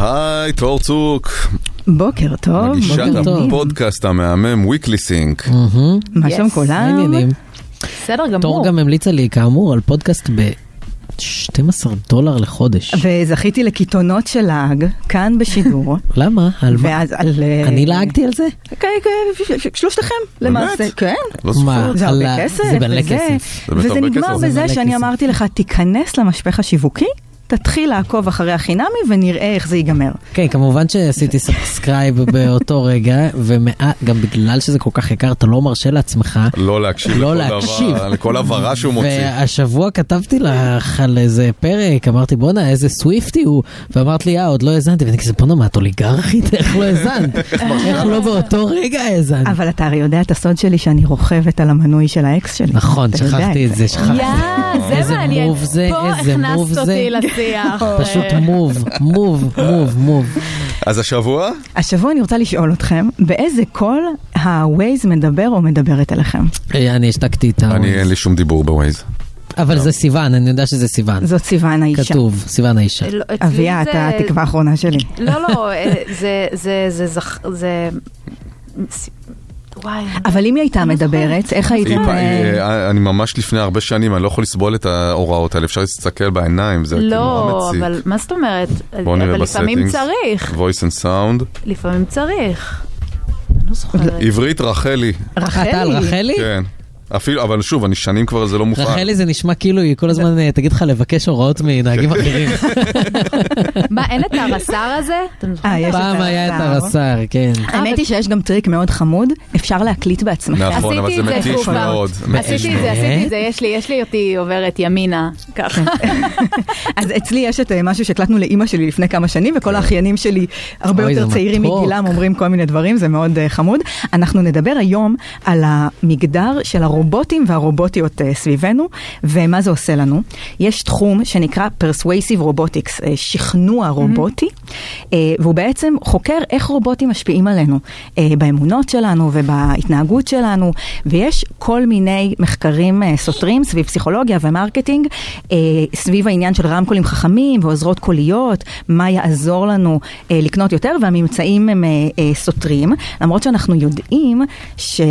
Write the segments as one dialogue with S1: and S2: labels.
S1: היי, תור צוק.
S2: בוקר טוב,
S1: מגישת
S2: בוקר טוב.
S1: הפודקאסט המהמם, Weekly Sync.
S3: מהמם.
S2: מה שלום כולם?
S3: מעניינים.
S4: בסדר
S3: תור
S4: גמור.
S3: גם המליצה לי, כאמור, על פודקאסט ב-12 דולר לחודש.
S2: וזכיתי לקיתונות של להג, כאן בשידור.
S3: למה? על מה?
S2: ואז על... אה,
S3: אני לעגתי על זה?
S2: כן, כן, שלושתכם, למעשה. כן.
S1: לא ספור.
S3: מה?
S2: זה
S3: אה, על
S2: הרבה
S3: ה-
S2: כסף,
S3: זה מלא
S2: וזה-
S3: כסף.
S1: באמת
S2: וזה
S1: הרבה
S2: נגמר
S1: כסף.
S3: זה
S2: בזה
S3: מלא
S2: שאני
S3: כסף.
S2: אמרתי לך, תיכנס למשפך השיווקי, תתחיל לעקוב אחרי החינמי ונראה איך זה ייגמר.
S3: כן, כמובן שעשיתי סאבסקרייב באותו רגע, וגם בגלל שזה כל כך יקר, אתה לא מרשה לעצמך.
S1: לא להקשיב
S3: לא
S1: לכל
S3: להקשיב.
S1: דבר, לכל הבהרה שהוא מוציא.
S3: והשבוע כתבתי לך על איזה פרק, אמרתי בואנה איזה סוויפטי הוא, ואמרת לי אה עוד לא האזנתי, ואני כזה בואנה מה את אוליגרכית? איך לא האזנת? איך לא באותו רגע האזנת?
S2: אבל אתה הרי יודע את הסוד שלי שאני רוכבת על המנוי של האקס שלי.
S3: נכון,
S2: אתה יודע
S3: שכחתי את זה, שכחתי.
S4: יא,
S3: איזה
S4: זה מעניין.
S3: מוב זה,
S4: פה
S3: איזה מוב
S4: הכנסת
S3: זה.
S4: אותי לשיח.
S3: פשוט
S4: אה,
S3: מוב, מוב, מוב, מוב.
S1: אז השבוע?
S2: השבוע אני רוצה לשאול אתכם, באיזה קול ה-Waze מדבר או מדברת אליכם?
S3: אה, אני השתקתי את ה...
S1: אני אין לי לא. שום דיבור בווייז.
S3: אבל זה סיוון, אני יודע שזה סיוון.
S2: זאת סיוון האישה.
S3: כתוב, סיוון האישה.
S4: לא, אצלי
S2: אביה,
S4: זה-
S2: אתה התקווה האחרונה שלי.
S4: לא, לא, אה, זה, זה, זה, זכ- זה, וואי.
S2: אבל אם היא הייתה
S4: לא
S2: מדברת, איך היית...
S1: היא פ- היא- אה, אני ממש לפני הרבה שנים, אני לא יכול לסבול את ההוראות האלה, אפשר להסתכל בעיניים, זה כאילו
S4: לא,
S1: נורא מציק.
S4: אבל מה זאת אומרת?
S1: בואו נראה
S4: אבל לפעמים
S1: בסטינגס.
S4: צריך,
S1: voice and sound.
S4: לפעמים צריך. אני לא זוכרת.
S1: עברית רחלי,
S3: אה, אתה על רחלי?
S1: כן. אפילו, אבל שוב, אני שנים כבר זה לא מופעל.
S3: רחלי זה נשמע כאילו היא כל הזמן אה, תגיד לך לבקש הוראות מנהגים
S1: כן.
S3: אחרים.
S4: מה, אין את הרס"ר הזה? לא אתם זוכרים?
S2: אה, יש את
S3: פעם היה את
S2: הרס"ר.
S3: הרס"ר, כן.
S2: האמת היא שיש גם טריק מאוד חמוד, אפשר להקליט בעצמכם.
S1: נכון, אבל זה
S4: עשיתי את זה
S1: מתיש
S4: כבר.
S1: מאוד. מתיש
S4: עשיתי את
S1: מאוד.
S4: זה, עשיתי את זה, יש לי, יש לי אותי עוברת ימינה. ככה.
S2: אז אצלי יש את אה, משהו שהקלטנו לאימא שלי לפני כמה שנים, וכל האחיינים שלי הרבה
S3: כן. אוי,
S2: יותר
S3: זה
S2: צעירים
S3: מתוק.
S2: מגילם אומרים כל מיני דברים, זה מאוד אה, חמוד. אנחנו נדבר היום על המגדר של הרובוטים והרובוטיות אה, סביבנו, ומה זה עושה לנו. יש תחום שנקרא Persuasive Robotics, אה, שכנוע רובוטי, אה, והוא בעצם חוקר איך רובוטים משפיעים עלינו, אה, באמונות שלנו ובהתנהגות שלנו, ויש כל מיני מחקרים אה, סותרים סביב פסיכולוגיה ומרקטינג, אה, סביב העניין של רמקולים חכמים ועוזרות קוליות, מה יעזור לנו אה, לקנות יותר, והממצאים הם אה, אה, סותרים, למרות שאנחנו יודעים ש... אה,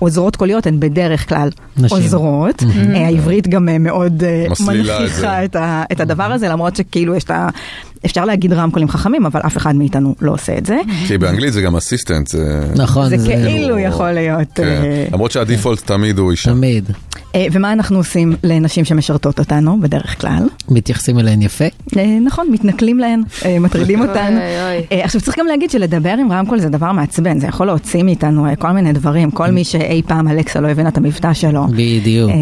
S2: עוזרות קוליות הן בדרך כלל
S3: נשים.
S2: עוזרות, אה, העברית גם אה, מאוד אה,
S1: מסלילה את זה.
S2: מנכיחה את, ה, את הדבר הזה, למרות שכאילו יש את ה... אפשר להגיד רמקולים חכמים, אבל אף אחד מאיתנו לא עושה את זה.
S1: כי באנגלית זה גם אסיסטנט, זה...
S3: נכון,
S2: זה
S3: זה
S2: כאילו יכול להיות... אה,
S1: כן. למרות שהדיפולט תמיד הוא אישה.
S3: תמיד.
S2: אה, ומה אנחנו עושים לנשים שמשרתות אותנו בדרך כלל?
S3: מתייחסים אליהן יפה.
S2: אה, נכון, מתנכלים להן, אה, מטרידים אותנו.
S4: אוי, אוי.
S2: אה, עכשיו צריך גם להגיד שלדבר עם רמקול זה דבר מעצבן, זה יכול להוציא מאיתנו אה, כל מיני דברים, כל מי שאי פעם אלכסה לא הבינה את המבטא שלו.
S3: בדיוק.
S2: אה,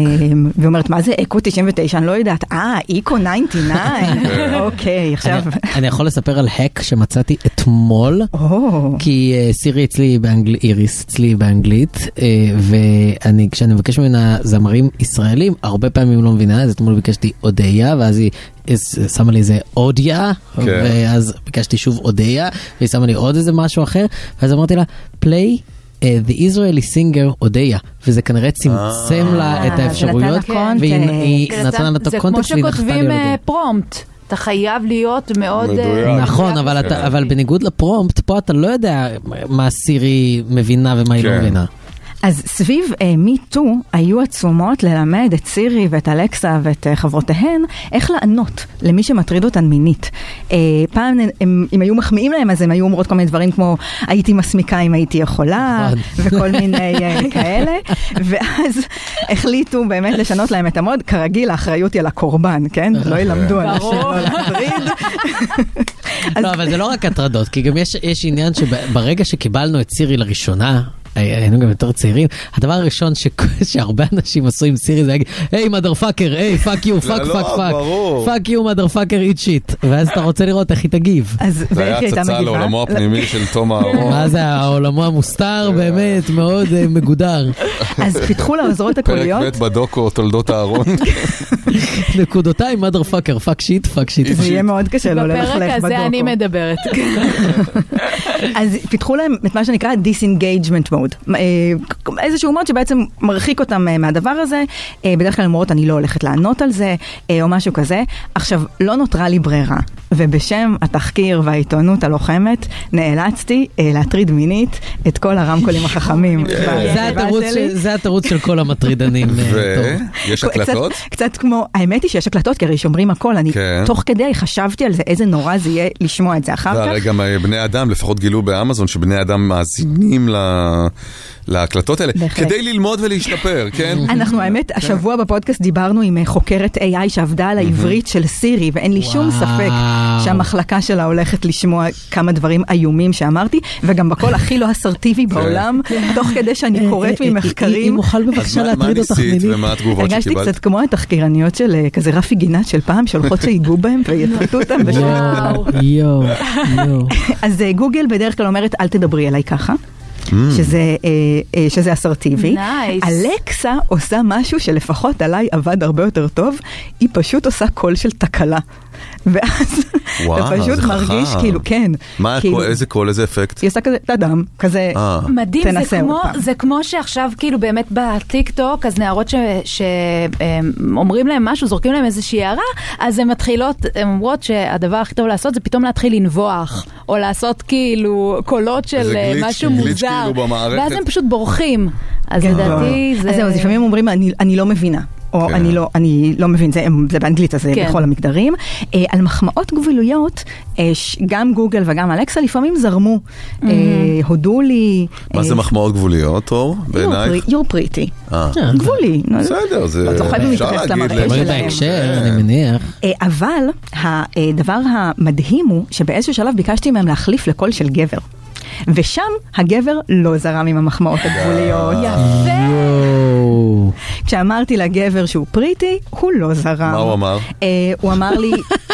S2: ואומרת, מה זה אקו 99? אני לא יודעת. אה, איקו 99? אוקיי, עכשיו...
S3: אני- אני יכול לספר על האק שמצאתי אתמול.
S2: או,
S3: כי אה, סירי אצלי באנגלית, איריס אצלי באנגלית, אה, ואני, כשאני מבקש ממנה זמרים ישראלים, הרבה פעמים לא מבינה, אז אתמול ביקשתי אודיה, ואז היא אה, שמה לי איזה אודיה,
S1: כן.
S3: ואז ביקשתי שוב אודיה, והיא שמה לי עוד איזה משהו אחר, ואז אמרתי לה, play. אה, The Israeli singer אודיה, וזה כנראה צמצם לה
S2: אה,
S3: את
S2: זה
S3: האפשרויות,
S2: נתן לה
S3: והיא
S2: קונטקסט.
S3: היא
S4: זה-
S3: נתנה לה את
S4: כן, זה כמו
S3: הקונטקסט והיא נחתה לי
S4: שכותבים
S3: אודיה.
S4: אה, פרומפט. אתה חייב להיות מאוד... אה,
S1: מדויק.
S3: נכון, אבל,
S1: כן.
S3: אתה, אבל בניגוד לפרומפט, פה אתה לא יודע מה סירי מבינה ומה היא
S1: כן.
S3: לא מבינה.
S2: אז סביב מיטו היו עצומות ללמד את סירי ואת אלכסה ואת אה, חברותיהן איך לענות למי שמטריד אותן מינית. אה, פעם הן- הם- אם היו מחמיאים להם אז הן היו אומרות כל מיני דברים כמו הייתי מסמיקה אם הייתי יכולה
S3: נכון.
S2: וכל מיני אה, כאלה, ואז החליטו באמת לשנות להם את המוד, כרגיל האחריות היא על הקורבן, כן?
S1: אה,
S2: לא ילמדו אנשים
S4: ברור.
S2: לא להטריד. אז-
S3: לא, אבל זה לא רק הטרדות, כי גם יש, יש עניין שברגע שקיבלנו את סירי לראשונה, הי- היינו גם יותר צעירים, הדבר הראשון ש... שהרבה אנשים עשו עם סירי זה להגיד, היי מדר פאקר, היי פאק יו, פאק
S1: לא,
S3: פאק פאק,
S1: ברור.
S3: פאק יו מדר פאקר איט שיט, ואז אתה רוצה לראות איך היא תגיב.
S2: אז
S1: זה
S2: ואיך
S1: היה
S2: היא הייתה
S1: הצצה
S2: מגיבה? כן.
S1: לעולמו הפנימי של תום אהרון.
S3: מה זה העולמו המוסתר באמת מאוד אה, מגודר,
S2: אז פיתחו לעוזרות הקוליות.
S1: פרק ב' בדוקו, תולדות אהרון.
S2: כן,
S3: נקודותיים מדר פאקר, פאק שיט, פאק שיט.
S2: זה יהיה מאוד קשה לא ללכלך
S4: בפרק
S2: בדוקו.
S4: הזה אני מדברת.
S2: אז פיתחו להם את מה שנקרא disengagement mode, אה, איזשהו מוד שבעצם מרחיק אותם אה, מהדבר הזה, אה, בדרך כלל הן אומרות אני לא הולכת לענות על זה, אה, או משהו כזה. עכשיו, לא נותרה לי ברירה, ובשם התחקיר והעיתונות הלוחמת, נאלצתי אה, להטריד מינית את כל הרמקולים החכמים.
S1: זה
S3: זה התירוץ של- זה התירוץ של כל המטרידנים. אה, טוב.
S1: ויש הקלטות?
S2: קצת, קצת כמו, האמת היא שיש הקלטות, כי הרי שומרים הכל, אני
S1: כן.
S2: תוך כדי חשבתי על זה, איזה נורא זה יהיה לשמוע את זה אחר כך.
S1: והרי גם אה, בני אדם, לפחות גילו באמזון, שבני אדם מאזינים ל- להקלטות האלה,
S2: בהחלט.
S1: כדי ללמוד ולהשתפר, כן?
S2: אנחנו האמת, השבוע בפודקאסט דיברנו עם אה, חוקרת AI שעבדה על העברית של סירי, ואין לי שום
S3: וואו.
S2: ספק שהמחלקה שלה הולכת לשמוע כמה דברים איומים שאמרתי, וגם בקול הכי לא אסרטיבי בעולם, תוך כדי
S3: אה,
S2: שאני קוראת
S3: אם
S2: ממחקרים.
S3: אוכל
S1: אז
S3: בבקשה
S1: מה- מה
S3: להטריד אותך
S1: ניסית
S3: מיני.
S1: ומה התגובות
S2: הרגשתי
S1: שקיבלת?
S2: קצת כמו התחקירניות של אה, כזה רפי גינת של פעם, שהולכות שיגעו בהם ויצטטו אותם. וש-
S4: וואו.
S3: יואו, יואו.
S2: אז אה, גוגל בדרך כלל אומרת, אל תדברי אליי ככה.
S1: Mm.
S2: שזה, אה, אה, שזה אסרטיבי.
S4: Nice.
S2: אלקסה עושה משהו שלפחות עליי עבד הרבה יותר טוב, היא פשוט עושה קול של תקלה. ואז
S1: וואו,
S2: אתה פשוט
S1: זה
S2: מרגיש
S1: חכם.
S2: כאילו, כן.
S1: מה,
S2: כאילו,
S1: הקול- איזה קול, איזה אפקט?
S2: היא עושה כזה, אדם, כזה,
S1: אה,
S4: מדהים, זה
S2: תנסה
S4: כמו,
S2: עוד פעם.
S4: זה כמו שעכשיו כאילו באמת בטיק טוק, אז נערות שאומרים להם משהו, זורקים להם איזושהי הערה, אז הן מתחילות, הן אומרות שהדבר הכי טוב לעשות זה פתאום להתחיל לנבוח, או לעשות כאילו קולות של
S1: איזה
S4: אה,
S1: גליץ',
S4: משהו
S1: גליץ'
S4: מוזר,
S1: כאילו במערכת.
S4: ואז הם פשוט בורחים. אז
S2: גדול.
S4: לדעתי זה...
S2: כן, נכון. אז זהו, אז לפעמים אומרים, "אני- אני לא מבינה. או
S1: כן.
S2: אני לא, אני לא מבין, זה, זה באנגלית, אז זה
S4: כן.
S2: בכל המגדרים. אה, על מחמאות גבוליות, אה, ש- גם גוגל וגם אלכסה לפעמים זרמו. אה, הודו לי.
S1: מה זה מחמאות גבוליות, אור? בעינייך?
S2: You're pretty.
S1: אה.
S2: גבולי. נו,
S1: בסדר, זה...
S2: לא, לא חייבים
S1: אפשר
S2: להתייחס
S1: להגיד
S2: למראה
S1: ל-
S3: אבל
S2: שלהם.
S1: כן.
S3: בהקשר, אני מניח.
S2: אה, אבל הדבר המדהים הוא שבאיזשהו שלב ביקשתי מהם להחליף לקול של גבר. ושם הגבר לא זרם עם המחמאות הגבוליות.
S1: אה,
S4: יפה.
S3: יואו.
S2: כשאמרתי לגבר שהוא פריטי, הוא לא זרם.
S1: מה הוא אמר?
S2: אה, הוא אמר לי,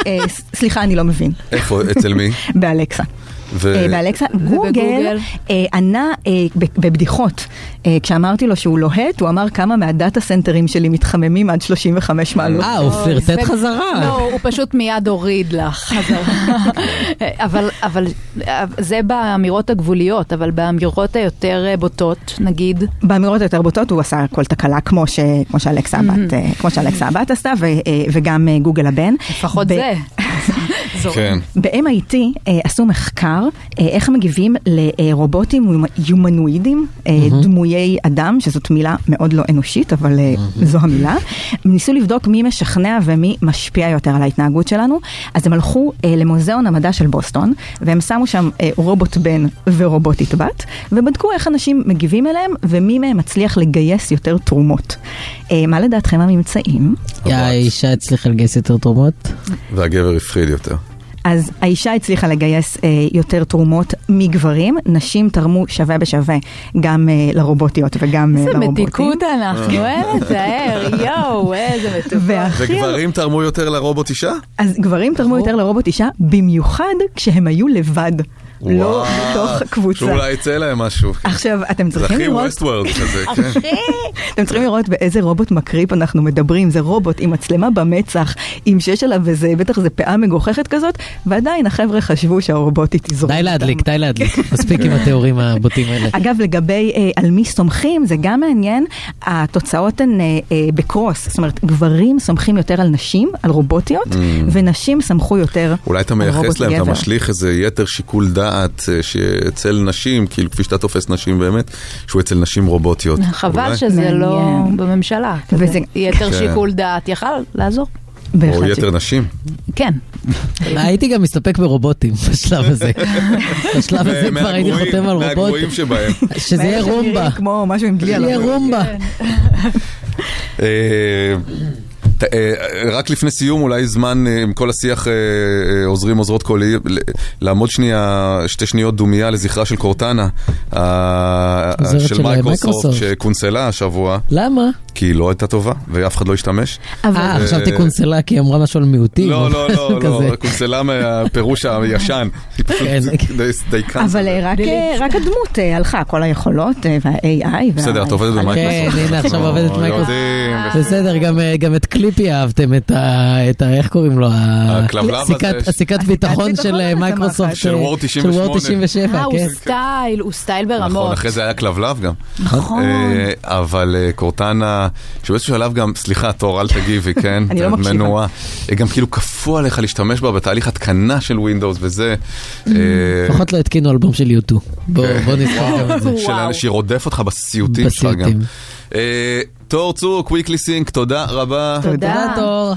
S2: אה, ס- סליחה, אני לא מבין,
S1: איפה, אצל מי?
S2: באלקסה.
S1: ו-
S2: אה, באלקסה, גוגל
S4: ובגוגל?
S2: אה, ענה אה, ב- בבדיחות. אה, כשאמרתי לו שהוא לוהט, הוא אמר כמה מהדאטה סנטרים שלי מתחממים עד 35 מעלות.
S3: אה, הוא פלרטט
S4: ו-
S3: חזרה.
S4: לא, הוא פשוט מיד הוריד לך חזרה. אבל, אבל אה, זה באמירות הגבוליות, אבל באמירות היותר אה, בוטות, נגיד,
S2: באמירות היותר בוטות הוא עשה כל תקלה כמו, ש, כמו, שאלכסה הבת, אה, כמו שאלכסה הבת עשתה ו, אה, וגם אה, גוגל הבן.
S4: לפחות
S2: ב-
S4: זה. זורם.
S1: כן.
S2: ב-MIT אה, עשו מחקר אה, איך מגיבים לרובוטים יומנואידים, אה, דמויי אדם, שזאת מילה מאוד לא אנושית, אבל אה, זו המילה. הם ניסו לבדוק מי משכנע ומי משפיע יותר על ההתנהגות שלנו, אז הם הלכו אה, למוזיאון המדע של בוסטון, והם שמו שם אה, רובוט בן ורובוטית בת, ובדקו איך אנשים מגיבים אליהם ומי מהם מצליח לגייס יותר תרומות. אה, מה לדעתכם הממצאים?
S1: אבל-
S3: האישה הצליחה לגייס יותר תרומות?
S1: והגבר הפחיד יותר.
S2: אז האישה הצליחה לגייס אה, יותר תרומות מגברים, נשים תרמו שווה בשווה גם אה, לרובוטיות וגם אה,
S4: איזה
S2: לרובוטים.
S4: מתיקות אנחנו, אין
S1: אה.
S4: לתאר, יואו, איזה מתוקות.
S2: והכי...
S1: וגברים תרמו יותר לרובוט אישה?
S2: אז גברים תרמו
S4: נכון.
S2: יותר לרובוט אישה, במיוחד כשהם היו לבד, לא
S1: וואו,
S2: בתוך קבוצה.
S1: שאולי יצא להם משהו.
S2: עכשיו, אתם
S1: זה
S2: צריכים
S1: הכי
S2: לראות...
S1: ווסט וורד כזה, כן.
S2: אתם צריכים לראות באיזה רובוט מקריפ אנחנו מדברים, זה רובוט עם מצלמה במצח, עם שיש עליו איזה, בטח זה פאה מגוחכת כזאת, ועדיין החבר'ה חשבו שהרובוטית תזרום.
S3: די להדליק, די להדליק. מספיק עם התיאורים הבוטים האלה.
S2: אגב, לגבי אה, על מי סומכים, זה גם מעניין, התוצאות הן אה, אה, בקרוס. זאת אומרת, גברים סומכים יותר על נשים, על רובוטיות, ונשים סמכו יותר
S1: Mm. אולי אתה
S2: על רובוט
S1: מייחס להם, אתה
S2: גבר.
S1: משליך איזה יתר שיקול דעת אה, שאצל נשים, כאילו כפי שאתה תופס נשים באמת, שהוא אצל נשים רובוטיות.
S4: חבל
S1: אולי.
S4: שזה לא
S2: מעניין.
S4: בממשלה.
S2: וזה-
S4: כזה. יתר
S1: כן.
S4: שיקול דעת, יכל לעזור.
S1: או
S2: בהחלט
S1: יתר נשים.
S4: כן.
S3: הייתי גם מסתפק ברובוטים בשלב הזה. בשלב הזה כבר הייתי
S1: מהגרועים-
S3: חותם על רובוט.
S1: מהגרועים שבהם.
S3: שזה יהיה
S2: מאלה שנראים
S3: רומבה.
S2: כמו כן. משהו עם דלי על
S3: שיהיה
S2: הראש.
S3: רומבה.
S1: אה, ת- אה, רק לפני סיום, אולי זמן אה, עם כל השיח אה, אה, עוזרים עוזרות קולי, ל- לעמוד שנייה, שתי שניות דומייה לזכרה של קורטנה, אה,
S3: עוזרת של
S1: מייקרוסופט,
S3: מייקרוסופט.
S1: שקונסלה השבוע,
S3: למה?
S1: כי היא לא הייתה טובה, ואף אחד לא השתמש.
S3: אה,
S2: אבל...
S3: חשבתי קונסלה כי היא אמרה משהו על מיעוטים.
S1: לא,
S3: או
S1: לא, לא,
S3: משהו
S1: לא,
S3: כזה.
S1: קונסלה מהפירוש הישן, היא
S3: כן.
S1: פשוט די- דייקה.
S2: אבל אה, רק, אה, רק הדמות אה, הלכה, כל היכולות אה, וה-AI. וה-
S1: בסדר, את עובדת
S2: אה,
S1: במייקרוסופט.
S3: כן, הנה, עכשיו
S1: אנחנו
S3: עובדת במייקרוסופט.
S1: יודעים,
S3: בסדר, גם, אה, גם את קליפ ציפי אהבתם את ה... את ה... איך קוראים לו? ה-
S1: הכלבלב הזה
S3: סיכת-
S1: ש-
S3: הסיכת ביטחון
S2: ביטחון
S3: של
S2: הזה
S3: אה, מייקרוסופט.
S2: מחט.
S1: של
S3: אה,
S1: וורד
S3: של וורד 97,
S4: אה, הוא
S3: כן.
S4: סטייל, הוא סטייל ברמות.
S1: נכון, אחרי זה היה כלבלב גם.
S4: נכון.
S1: אה, אבל אה, קורטנה, שבאיזשהו שלב גם, סליחה, תור, אל תגיבי, כן?
S2: אני לא
S1: את
S2: מקשיבה.
S1: מנועה. אה, גם כאילו כפו עליך להשתמש בה בתהליך התקנה של ווינדוס וזה. אה,
S3: לפחות לא התקינו אלבום של יוטו. בוא
S1: כן.
S3: בוא נזכור גם את זה.
S1: של
S4: וואו.
S1: שהיא רודף אותך בסיוטים שלך גם.
S3: בסיוטים.
S1: אה, תור צור, קוויקלי סינק, תודה רבה.
S2: תודה.
S3: תודה תור.